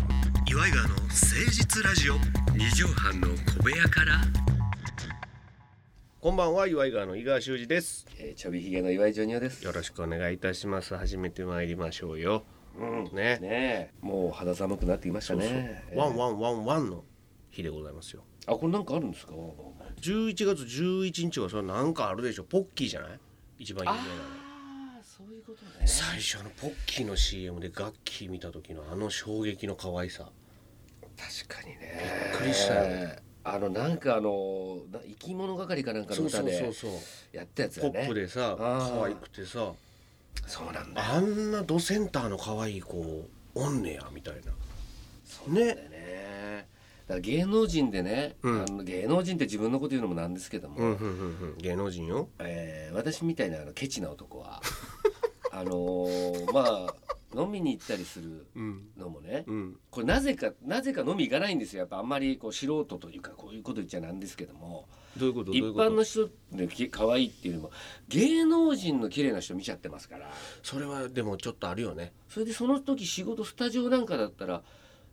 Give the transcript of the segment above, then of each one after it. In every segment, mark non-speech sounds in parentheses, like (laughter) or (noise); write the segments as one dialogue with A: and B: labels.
A: イガーの誠実ラジオ
B: 二畳半の小部屋から、
A: こんばんは岩井川の井川修司です
B: えー、ちょびひげの岩井ジョニオです
A: よろしくお願いいたします始めてまいりましょうよ
B: うん
A: ね
B: ねえもう肌寒くなってきました
A: そうそう
B: ね
A: ワン
B: ン
A: ワンワンワンの日でございますよ
B: あこれなんかあるんですか
A: 11月11日はそれなんかあるでしょポッキーじゃない一番有名なの
B: あそういうことね
A: 最初のポッキーの CM でガッキー見た時のあの衝撃の可愛さ
B: 確かにね
A: びっくりしたよ
B: あのなんかあのな生き物係かなんかの
A: そう
B: 歌
A: そうそう
B: で
A: そう
B: やったやつ
A: ポ
B: だね
A: ップでさ
B: あー
A: 可愛くてさ
B: そうなんだよ
A: あんなドセンターの可愛い子おんねやみたいなね
B: ねだから芸能人でね、
A: うん
B: あの芸能人って自分のこと言うのもなんですけども、
A: うんうんうんうん芸能人よ
B: えー私みたいなあのケチな男 (laughs) はあのーまあ飲みに行ったりする
A: うん
B: のもね
A: うん
B: これなぜかなぜか飲み行かないんですよやっぱあんまりこう素人というかこういうこと言っちゃなんですけども
A: どういうことどうい
B: 一
A: うこと
B: 般の人でき可愛いっていうよりも芸能人の綺麗な人見ちゃってますから
A: それはでもちょっとあるよね
B: それでその時仕事スタジオなんかだったら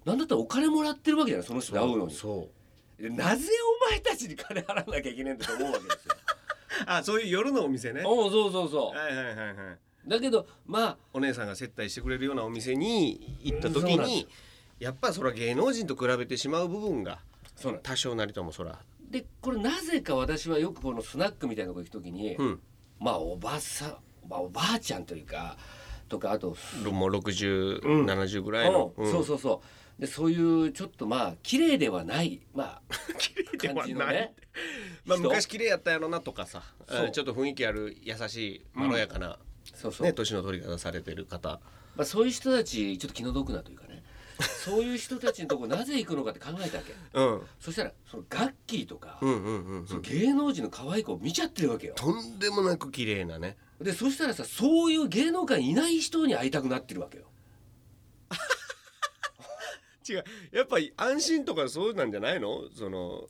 B: 何だったらお金もらってるわけじゃないその人に会うのに
A: そう
B: なぜお前たちに金払わなきゃいけないんだと思うわけです (laughs) よ。
A: あそういう夜のお店ねは
B: おうそうそうそ
A: いはいはいはいう
B: だけどまあ
A: お姉さんが接待してくれるようなお店に行った
B: うんそ
A: 時
B: うなんです
A: にやっぱそら芸能人と比べてしまう部分が
B: そうなんで
A: 多少なりともそら
B: すでこれなぜか私はよくこのスナックみたいなとこ行く時に、
A: うん
B: まあおばさん、まあ、おばあちゃんというかとかあと
A: もう6070、
B: うん
A: 70ぐらいの、
B: うんそうそうそうでそういうちょっとまあ綺麗ではないまあ
A: 綺麗 (laughs) で
B: 感
A: は
B: じの
A: ない、
B: ね
A: まあ、
B: 人
A: 昔綺麗やったやろなとかさ
B: そう
A: うんちょっと雰囲気ある優しいまろやかな、
B: そうそう、
A: ね、年の取り方されてる方
B: まあ、そういう人たちちょっと気の毒なというかねそういう人たちのとこなぜ行くのかって考えたわけ
A: うん
B: そしたらそのガッキーとか、
A: うんうんうん
B: その芸能人の可愛い子を見ちゃってるわけよ
A: とんでもなく綺麗なね
B: でそしたらさそういう芸能界にいない人に会いたくなってるわけよ
A: 違うやっぱり安心とかそうなんじゃないのその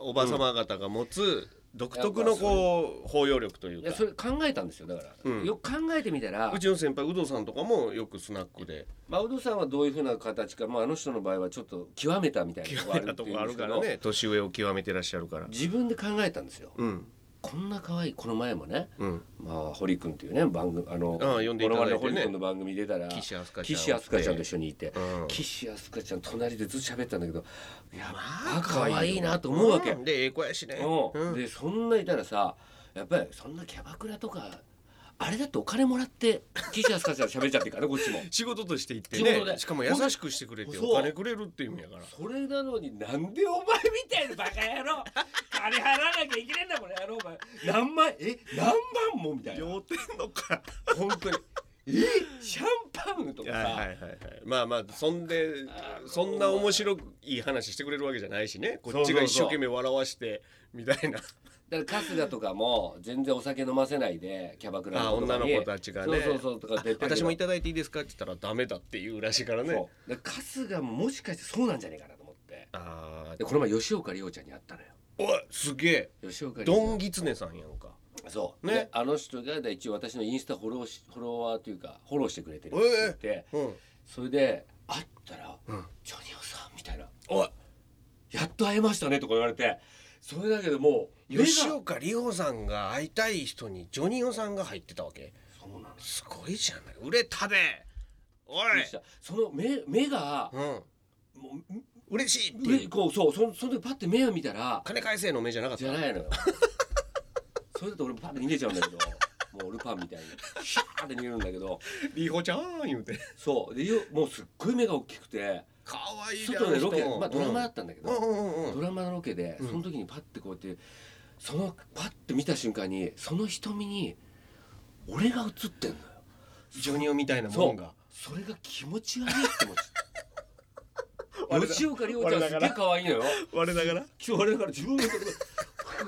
A: おばさま方が持つ独特のこう包容力という
B: い
A: か
B: やそれ考えたんですよだから、
A: うん
B: よく考えてみたら
A: うちの先輩有働さんとかもよくスナックで
B: まあウドさんはどういうふうな形か、まあ、あの人の場合はちょっと極めたみたいな
A: 極
B: とこ
A: め
B: ある
A: た
B: って
A: と
B: い
A: こあ
B: う
A: る
B: んですけ
A: から
B: ど、
A: ね (laughs) 年上を極めてらっしゃるから
B: 自分で考えたんですよ
A: うん
B: こんな可愛いこの前もね、
A: うん
B: まあ、堀君っていうね番組あの
A: ああ呼んでいただいてね
B: モノマネの堀君の番組出たら
A: 岸明日香ちゃん
B: 岸明日香ちゃんと一緒にいて、
A: うん
B: 岸明日香ちゃん隣でずっと喋ってたんだけどや
A: ま
B: っ
A: あ
B: ぱ可愛いなと思うわけ、
A: んでええ子やしね
B: うんでそんないたらさやっぱりそんなキャバクラとかあれだってお金もらって岸明日香ちゃんと喋っちゃってるからねこっちも。
A: 仕事として行って
B: 仕事
A: ね
B: で
A: しかも優しくしてくれて
B: そう
A: お金くれるっていう意味やから
B: それなのになんでお前みたいなバカ野郎金払わなきゃいけないんだこれ野郎お前何万え何万もみたいな
A: 両手のか
B: 本当にえシャンパンとか
A: は
B: さ、
A: いはいはいはいまあまあそんでそんな面白いい話してくれるわけじゃないしねこっちが一生懸命笑わしてみたいな
B: だから春日とかも全然お酒飲ませないでキャバクラ
A: あ
B: の
A: 女の
B: に
A: 子たちがね
B: そうそうそうとか出て
A: 私もい
B: た
A: ただいていいですかって言ったらダメだって言うらしいから
B: ね
A: ね
B: そうだから春日ももしかしてそうなんじゃねえかなと思って
A: あ
B: でこの前吉岡里帆ちゃんに会ったのよ
A: おいすげえ
B: 吉岡里帆ちゃん
A: ドンギツネさんやんか
B: そう、
A: ね
B: ね、あの人が一応私のインスタフォローしフォロワーというかフォローしてくれてる
A: え
B: って言って、
A: うん
B: それで会ったら「
A: うん
B: ジョニオさん」みたいな
A: おい
B: 「やっと会えましたね」とか言われてそれだけでもう目が
A: 吉岡里帆さんが会いたい人にジョニオさんが入ってたわけ
B: そうなんです
A: すごいじゃない売れたでお
B: びっく
A: い
B: りしたその目目が
A: うん
B: もう
A: 嬉しいっていう
B: 上こうそうそその時パッて目を見たら
A: 金返せの目じゃなかった
B: じゃな
A: (laughs)
B: いのよそれだと俺パッて逃げちゃうんだけどもうルパンみたいにシャーって逃げるんだけど
A: リホちゃん言うて
B: そうでよもうすっごい目が大きくて
A: 可愛いじゃん
B: 外でロケ、
A: 人も
B: まあ、ドラマだ
A: うん
B: ったんだけど、
A: うんうんうんう
B: ド
A: ん
B: ラマのロケで
A: うん
B: その時にパッてこうやって、そのパッて見た瞬間にその瞳に俺が映ってんのよ
A: ジョニオみたいなもんが
B: それが気持ち悪いって思っちゃ
A: (laughs)
B: っ
A: 我
B: た
A: だ
B: 吉岡里帆ちゃん
A: 我
B: す
A: だ
B: げ
A: か
B: え
A: ら
B: 可愛いのよ
A: 我ながら
B: 今日あれだから自分のことが (laughs)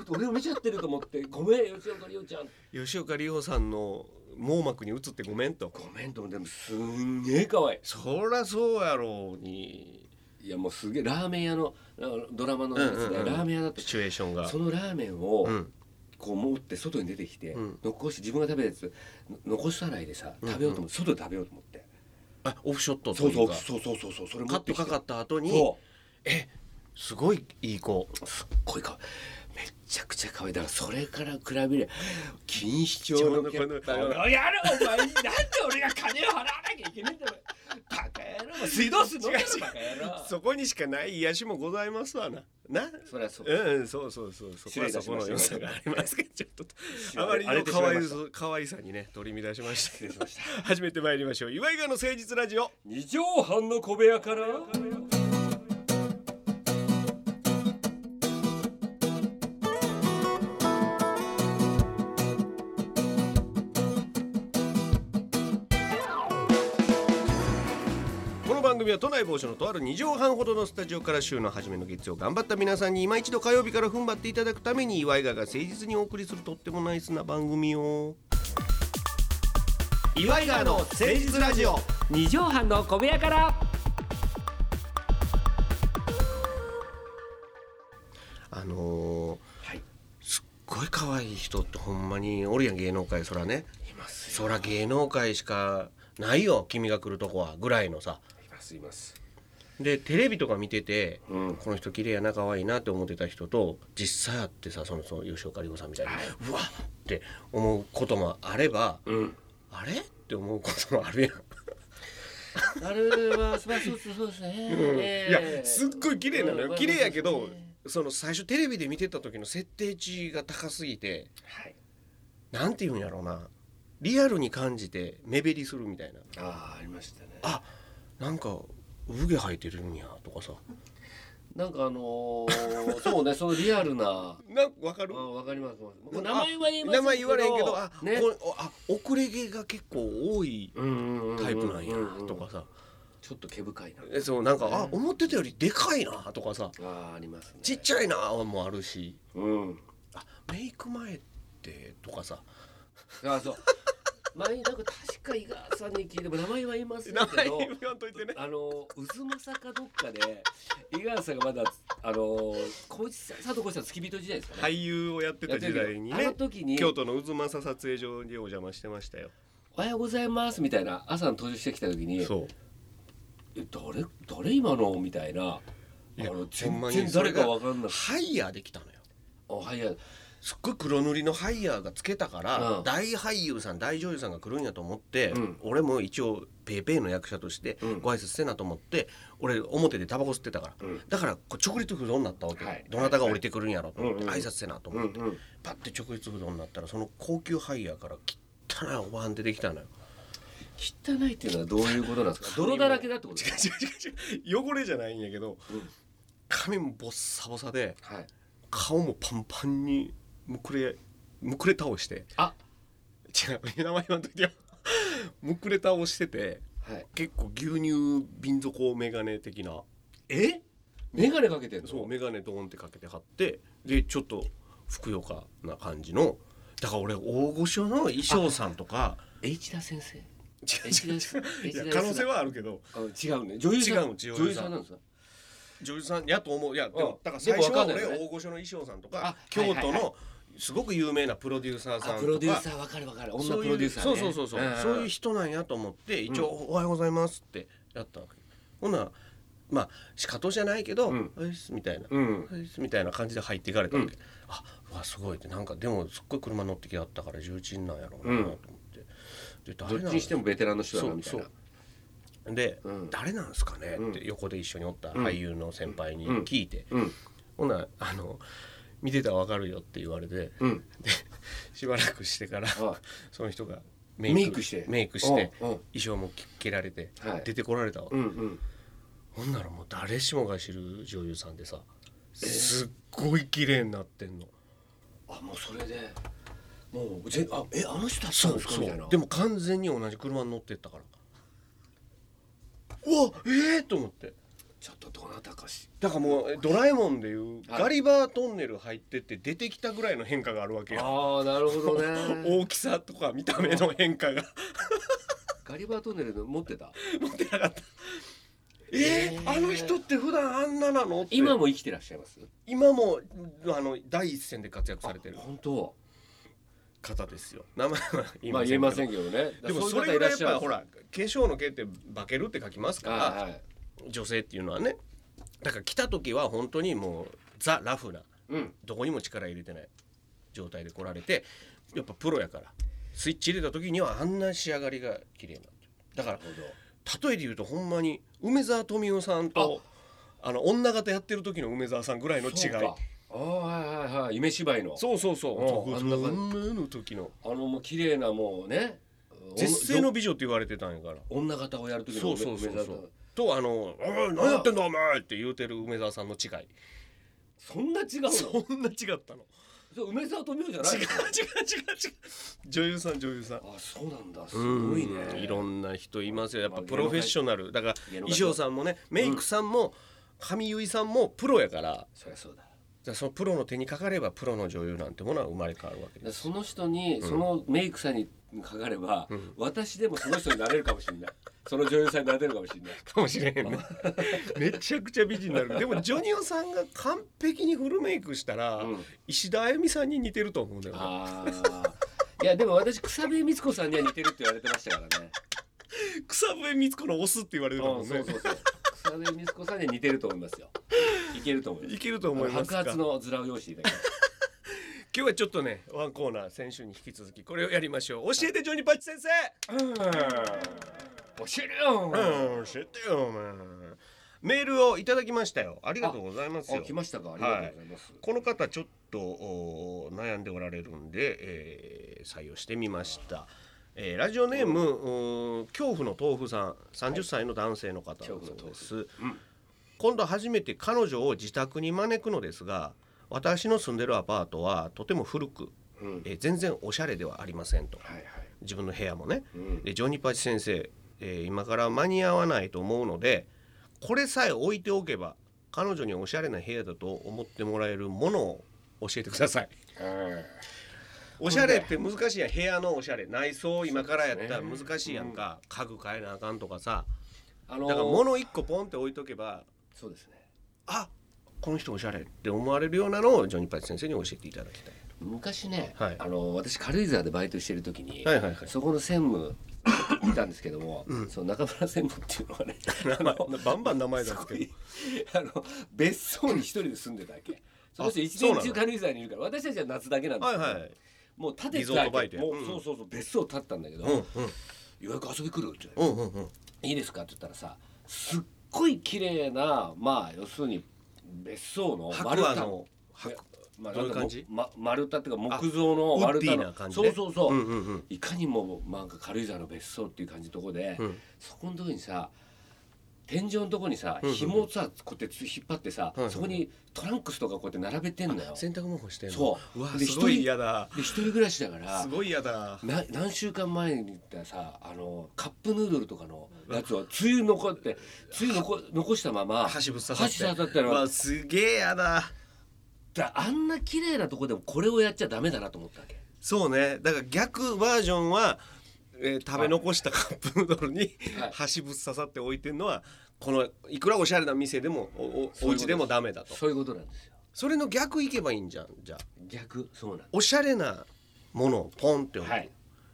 B: 俺を見ちゃってると思ってごめん吉岡里帆ちゃん
A: 吉岡里帆さんの網膜に映ってごめんと
B: ごめんと思ってでもすんげえ可愛
A: そらそうやろうに
B: いいやもうすげえラーメン屋のあのドラマのやつで、
A: うんうんうん
B: ラーメン屋だった
A: シチュエーションが
B: そのラーメンを、
A: うん
B: こう持って外に出てきて、
A: うん
B: 残し自分が食べたやつの残さないでさ食べようと思って、外で食べようと思って
A: あオフショットと
B: そう
A: い
B: そうう
A: か
B: そうそうそうそうそれ
A: カ
B: 持
A: ッ
B: っ
A: ト
B: てきて
A: かかった後に
B: そ
A: すごいいい子
B: うすっごいかめっちゃくちゃ可愛いだからそれから比べりゃ錦糸町の
A: 錦糸町のこの
B: このやろお前なんで (laughs) 俺が金を払わなきゃいけないんだろバカ野郎水道水飲めろバカ野郎
A: そこにしかない癒しもございますわなな
B: そりゃそう
A: うんうんそうそうそうそ
B: 失
A: こ
B: 礼
A: はいそ
B: たし
A: こ
B: ま
A: の
B: した
A: 良さがありますけどちょっと
B: 失礼
A: あまり
B: 荒れ
A: の
B: てし
A: 可
B: まいま
A: 愛
B: した
A: さ可愛さにね取り乱しまし
B: 失礼しました
A: た (laughs) 始めてまいりましょう岩井川の誠実ラジオ
B: 二畳半の小部屋から
A: この番組は都内某所のとある2畳半ほどのスタジオから週の初めの月曜頑張った皆さんに今一度火曜日から踏ん張っていただくために岩井川が誠実にお送りするとってもナイスな番組を岩井川の誠実ラジオ
B: 二畳半の小部屋から
A: あのー、
B: はい
A: すっごい可愛い人ってほんまにおるやん芸能界そらね
B: います
A: そら芸能界しかないよ君が来るとこはぐらいのさ
B: いますいます
A: でテレビとか見てて、
B: うん
A: この人綺麗やな可愛いなって思ってた人と実際会ってさそのその吉岡里帆さんみたいに、うわっって思うこともあれば、
B: うん
A: あれって思うこともあるやん、
B: あれはそうそうそうですね、ええ
A: いやすっごい綺麗なの
B: う
A: よ
B: ん
A: 綺麗やけ
B: う
A: ど
B: ん
A: その最初テレビで見てた時の設定値が高すぎて
B: はい
A: なんて言うんやろうなリアルに感じて目減りするみたいな
B: ああありましたね
A: あなんか産毛生えてるんやとかさ
B: なんかあのー、そうねそのリアルな
A: なんかわか
B: う
A: る
B: んわかりますわかります
A: あ
B: 名前は言いませ
A: 名
B: んけど
A: 前言われへんけどあ、
B: ね
A: こおあ遅れ毛が結構多い
B: うんうんうんうん
A: タイプなんやとかさ
B: ちょっと毛深いな
A: えそうなんかあ思ってたよりでかいなとかさ
B: ああありますね
A: ちっちゃいなもあるし
B: うん
A: あメイク前ってとかさ
B: ああそう前になんか確か伊賀さんに聞いても名前は言いません
A: 名
B: け
A: 前
B: ど
A: 言わんといてね
B: あの渦政かどっかで井川さんがまだあの浩一さん佐藤浩一さん付き人時代ですかね、
A: 俳優をやってた時代に
B: やってるけどあ
A: ね
B: の時に
A: 京都の渦政撮影所にお邪魔してましたよ
B: おはようございますみたいな朝の登場してきた時に
A: そう
B: え誰誰今のみたいなあ
A: いや
B: の
A: ほん
B: 全
A: まに
B: 然誰かわかんない
A: ハイヤーできたのよ
B: おはや
A: すっごい黒塗りのハイヤーがつけたから、
B: うん
A: 大俳優さん大女優さんが来るんやと思って、
B: うん
A: 俺も一応ペーペーの役者として
B: うん
A: ご挨拶せなと思って、俺表でタバコ吸ってたから、
B: うん
A: だからこう直立不動になったわけ、
B: はい
A: どなたが降りてくるんやろと思って、
B: はいはい
A: 挨拶せなと
B: う
A: 思
B: ん
A: って、
B: うん
A: パッて直立不動になったらその高級ハイヤーから汚いおばはん出てきたのよ
B: 汚いっていうのはどういうことなんですか泥だらけだってことですか
A: 違う違う違う汚れじゃないんやけど、
B: うん
A: 髪もボッサボサで
B: はい
A: 顔もパンパンにむくれむくれ倒して
B: あ
A: 違う名前言わんといてよ (laughs) むくれ倒してて
B: はい
A: 結構牛乳瓶底メガネ的な
B: え眼鏡かけてんの
A: そうメガネドーンってかけて貼ってでちょっとふくよかな感じのだから俺大御所の衣装さんとか
B: h 田先
A: (laughs)
B: 生
A: 違う
B: 違う
A: 違ういや可能性はあるけど
B: あ違うね女優さん
A: 違う女優さん
B: なんですか
A: 女優さんやと思ういやで
B: うん
A: もだから最初
B: でもわ
A: は
B: かんない
A: 俺
B: よね
A: 大御所の衣装さんとか
B: あ
A: 京
B: はい
A: 都
B: はいは
A: のすごく有名なプロデューサーさんと
B: あ
A: か
B: プロデューサーわかるわかる女
A: そう
B: プ
A: い
B: ロ
A: う
B: デューサーね
A: そうそうそうそう、
B: ん
A: そういう人なんやと思って一応「おはようございます」ってやったわけ、ほんならまあ仕方じゃないけど「
B: うん
A: おいっす」みたいな「
B: うん
A: おいっす」みたいな感じで入っていかれたわけ、
B: う
A: あうわすごいってなんかでもすっごい車乗ってきあったから重鎮なんやろうなと思って、で誰
B: どっ
A: なん
B: ちにしてもベテランの人だ
A: そ
B: な
A: う
B: みたい
A: そ
B: な
A: うで、
B: うん
A: 誰なんすかね?」って横で一緒におった俳優の先輩に聞いて、
B: うん
A: ほんならあの「見てたらわかるよ」って言われて
B: うん
A: で (laughs) しばらくしてから
B: は
A: その人がメ
B: メイクして
A: メイクして
B: うんうん
A: 衣装も着られて
B: はい
A: 出てこられたわ、
B: うんうん
A: ほんならもう誰しもが知る女優さんでさすっごい綺麗になってんの
B: あもうそれでもうぜあえあの人だった
A: そ
B: んで
A: う
B: すか
A: そ
B: みたいな
A: うでも完全に同じ車に乗ってったからうわええと思って
B: ちょっとどなたかし
A: だからもうドラえもんでいう
B: はい
A: ガリバートンネル入ってって出てきたぐらいの変化があるわけよ
B: ああなるほ
A: (laughs)
B: どね
A: 大きさとか見た目の変化が
B: ガリバートンネルの持ってた
A: 持ってなかった
B: (laughs) え
A: え
B: ー
A: ー、あの人って普段あんななのって
B: 今も生きてらっしゃいます
A: 今もあの第一線で活躍されてる
B: 本当
A: 方ですよ名前は言いま
B: まあ
A: せんけ
B: 言えま
A: ど
B: せんけどね
A: でもそ
B: そう
A: れ
B: い
A: ぐらいや
B: う方っ
A: っ
B: しゃる
A: ぱほら化粧の毛って化けるって書きますから、
B: はいはい
A: 女性っていうのはねだから来た時は本当にもうザ・ラフな
B: うん
A: どこにも力入れてない状態で来られてやっぱプロやからスイッチ入れた時にはあんな仕上がりが綺麗になってるだから例えで言うとほんまに梅沢富美男さんとあの女方やってる時の梅沢さんぐらいの違い
B: そうかああはいはいはい夢芝居の
A: そうそうそう
B: うん
A: あ
B: あ
A: の
B: の
A: 女の時の
B: あのもう綺麗なもうね
A: 絶世の美女って言われてたんやから
B: 女方をやる時の
A: そうそうそう
B: 梅
A: そ
B: 沢さ
A: うとあの「おい何やってんだお前!」って言うてる梅沢さんの違い
B: んそんな違うの
A: そんな違ったの
B: そう梅沢富美男じゃ
A: 違う違う違
B: ないう
A: 違う女優さん女優さん
B: あそうなんだすごいね
A: いろんな人いますよやっぱプロフェッショナルだから
B: 芸能
A: 衣
B: 界
A: 装さんもねメイクさんも髪結いさんもプロやからだか
B: そりゃそうだ
A: らそのプロの手にかかればプロの女優なんてものは生まれ変わるわけで
B: ですその人にそのメイクさんにかかれば、私でもその人になれるかもしれ
A: (laughs)
B: ないその女優さんになれるかもしれない
A: かもしれへんね (laughs) めちゃくちゃ美人になるでもジョニオさんが完璧にフルメイクしたら、
B: うん
A: 石田あゆみさんに似てると思うんだよね
B: ああいやでも私草笛光子さんには似てるって言われてましたか
A: (laughs)
B: らね
A: 草笛光子のオスって言われてたも
B: うんん
A: ね
B: そうそうそう草笛光子さんには似てると思いますよいけると思います
A: いけると思いますか
B: 白髪の面を用意していただきます
A: 今日はちょっとねワンコーナー先週に引き続きこれをやりましょう教えてジョニパチ先生
B: おしるよ
A: うん、知ってよ、お前。メールをいただきましたよ。ありがとうございます
B: あ
A: よ。
B: 来ましたかありがとうございます、
A: この方ちょっとおー悩んでおられるんで、えー採用してみました。えーラジオネーム、うー恐怖の豆腐さん、三十歳の男性の方だそう
B: 恐怖の豆
A: です。今度初めて彼女を自宅に招くのですが、私の住んでるアパートはとても古く、
B: うん
A: えー全然おしゃれではありませんと。
B: はいはい
A: 自分の部屋もね、
B: うん
A: でジョニパチ先生、えー今から間に合わないと思うのでこれさえ置いておけば彼女におしゃれな部屋だと思ってもらえるものを教えてくださいおしゃれって難しいやん部屋のおしゃれ内装今からやったら難しいやんか、家具変えなあかんとかさ
B: あの
A: だから物一個ポンって置いとけば
B: そうですね
A: あこの人おしゃれって思われるようなのをジョニパチ先生に教えていただきたい
B: 昔ね、
A: はい
B: あの私軽井沢でバイトしてる時に、
A: はいはいはい
B: そこの専務いたんですけども、その中村専務っていうのはね
A: バンバン名前出
B: す
A: す
B: ご
A: けど
B: いあの別荘に一人で住んでたわけその人一
A: そうな
B: 年
A: の
B: 中軽井沢にいるから私たちは夏だけなんで
A: は
B: す
A: い
B: けど、
A: はい
B: もう建て
A: リゾ
B: た
A: ー
B: わ
A: ト
B: け
A: バイトや
B: もう、
A: うん
B: そうそうそう別荘建ったんだけど、
A: うんうん
B: ようやく遊び来るって言われ
A: うん
B: て
A: うんうん
B: いいですか?」って言ったらさすっごい綺麗なまあ要するに別荘の
A: 白
B: 太
A: 亜の白
B: まあ
A: どういう感じ
B: ま、丸太っていうか木造の丸太
A: ウッディ
B: の
A: な感じ
B: そ
A: ね
B: うそうそう、
A: うんうんうん
B: いかにもなんか軽井沢の別荘っていう感じのとこで、
A: うん
B: そこのとこにさ天井のとこにさ
A: うんうん
B: 紐をさこうやって引っ張ってさ、
A: うんうん
B: そこにトランクスとかこうやって並べてんのよ。
A: 洗濯物干してんの
B: そう
A: わ
B: です
A: ごい
B: 一人
A: 嫌だ
B: で一人暮らしだから
A: すごい嫌だ
B: な何週間前に言ったさあのカップヌードルとかのやつをつゆ残ってつゆ残残したまま
A: 箸ぶっ刺さって
B: 箸刺さった
A: うわ
B: ら
A: すげえ嫌だ
B: だあんな綺麗なとこでもこれをやっちゃダメだなと思ったわけ
A: そうねだから逆バージョンは、えー食べ残したカップヌードルに
B: はい
A: (laughs) 箸ぶっ刺さって置いてんのはこのいくらおしゃれな店でもおおお家でもダメだと
B: そういうことなんですよ
A: それの逆行けばいいんじゃんじゃあ
B: 逆そうなんで
A: おしゃれなものをポンって置
B: す
A: く、
B: はい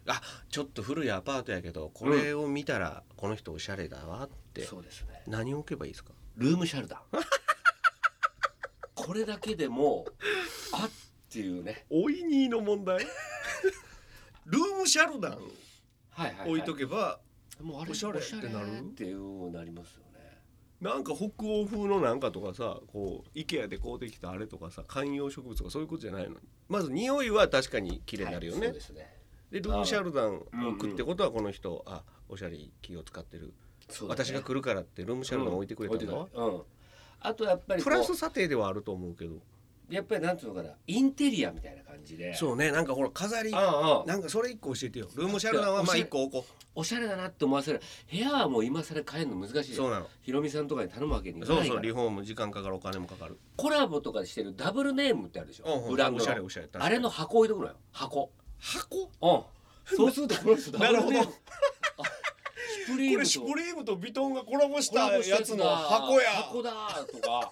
A: あちょっと古いアパートやけどこれを見たらこの人おしゃれだわって、
B: そうですね
A: 何を置けばいいですか
B: ルームシャルダーこれだけでもあっていうね
A: おいにの問題ルームシャルダン
B: はいはい、はい、
A: 置いとけば
B: もうあれ
A: おしゃれってなる
B: おしゃれっていうようになりますよね
A: なんか北欧風のなんかとかさこう IKEA で買うてきたあれとかさ観葉植物とかそういうことじゃないのまず匂いは確かに綺麗になるよね、
B: はいそうで
A: です
B: ね
A: ルームシャルダン
B: あー
A: 置くってことはこの人あおしゃれ気を使ってる、
B: そうだね
A: 私が来るからってルームシャルダン置いてくれたんだわ、
B: うん置いてくれたうんあとやっぱりこ
A: プ
B: う
A: ラス査定ではあると思うけど
B: やっぱりなんていうのかなインテリアみたいな感じでう
A: そうねなんかほら飾り
B: ああ
A: なんかそれ一個教えてよルームシャルダンはまあ一個置こ
B: おしゃれだなって思わせる部屋はもう今更変えるの難しいじゃん
A: そうなの
B: ひろみさんとかに頼むわけに
A: う
B: いかない
A: そ
B: か
A: う
B: ら
A: そうリフォーム時間かかるお金もかかる
B: コラボとかしてるダブルネームってあるでし
A: うん
B: ょ
A: うん
B: ブランド
A: おしゃれおしゃれ確かに
B: あれの箱置いとくのよ箱
A: 箱
B: うんそうするとこの人ダブルネーム
A: なるほど
B: あシュプリームと
A: リームとビトンがコラボし
B: コラボしたやつだ
A: や
B: 箱だとか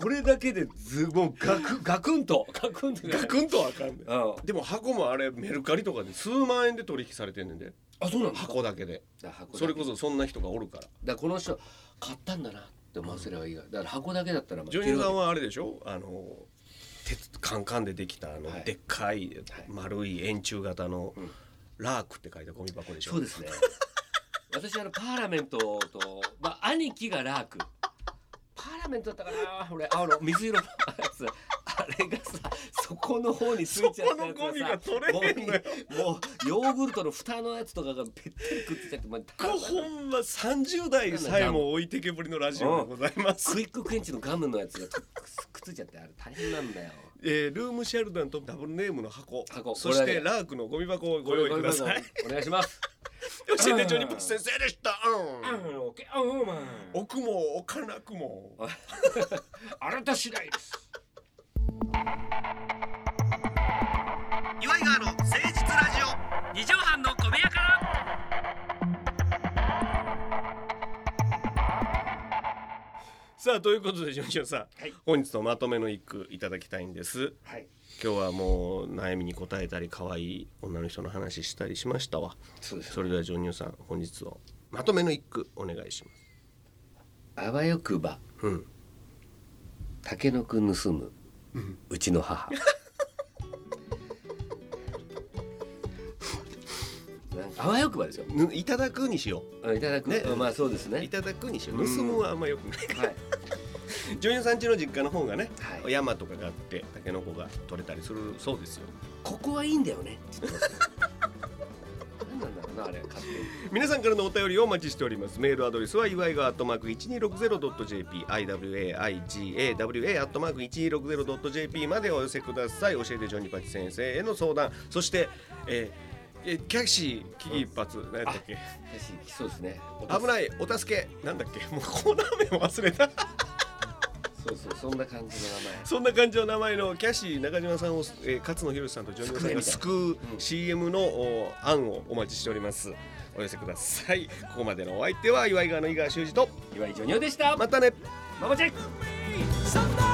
B: これだけでずもうガクガクンとガクンとね
A: ガクンとはあかんねん
B: うん
A: でも箱もあれメルカリとかで数万円で取引されてんねんで
B: あそうなんですか
A: 箱だけで
B: だから箱だけ
A: それこそそんな人がおるから
B: だからこの人買ったんだなって思わせればいいがだから箱だけだったらまあ
A: ジョニーさんはあれでしょあの鉄カンカンでできたあの、
B: はい
A: でっかい丸い円柱型の、ラークって書いたゴミ箱でしょ
B: そうですね私あのパーラメントと、まあ、兄貴がラークパーラメントだったかな俺あの水色のやつあれがさそこの方についちゃったやつ
A: そこのゴミが取れへんのよ
B: もうもうヨーグルトの蓋のやつとかがぺったりくっついちゃって、まあ、
A: これほんま30代さえも置いてけぼりのラジオでございます、
B: クイッククエンチのガムのやつがくっくっついちゃってあれ大変なんだよ
A: えールームシェルダンとダブルネームの箱
B: 箱
A: そし
B: こ
A: て
B: れだけ
A: ラークのゴミ箱をご用意ください
B: お願いします
A: 吉田ジョニープチ先生でした、
C: あ
A: うん、
C: のけあうんまあ
A: 奥も置かなくも
C: あなた次第です
A: 岩井川の誠実ラジオ
C: 二畳半の小部屋から
A: さあということでジョニオさん、
C: はい
A: 本日のまとめの一句いただきたいんです
C: はい
A: 今日はもう悩みに答えたり可愛い女の人の話したりしましたわ
B: そうです
A: それではジョニオさん本日をまとめの一句お願いしま
B: あわよくば
A: すうん
B: 竹のく盗む、うちの母なん (laughs) かあわよくばですよ
A: ぬいただくにしよ
B: あいただくね
A: ね
B: まあそうです
A: うい
B: ね
A: ただくにしよう
B: うん
A: 盗むはあんまよくない
B: はい
A: ジョニオさん家の実家の方がね、
B: はい
A: 山とかがあってタケノコが取れたりするそうですよ
B: ここはいいんだよねって言ってますよ何なんだろうなあれ勝手に
A: 皆さんからのお便りをお待ちしておりますメールアドレスは祝いがアットマーク 1260.jp iwaigawa アットマーク 1260.jp までお寄せください教えてジョニパチ先生への相談そして、えーえキャシー危機一髪何やったっけ
B: 私そうですね
A: 危ないお助けなんだっけもうコーナー名忘れた
B: そうそうそんな感じの名前
A: そんな感じの名前のキャシー中島さんを、えー勝野博さんとジョニオさんが救う
B: うん
A: CM のお案をお待ちしておりますお寄せくださいここまでのお相手は祝いがの井川修司と
B: 岩井ジョニオでした
A: またね
B: ママチェック
D: Sunday.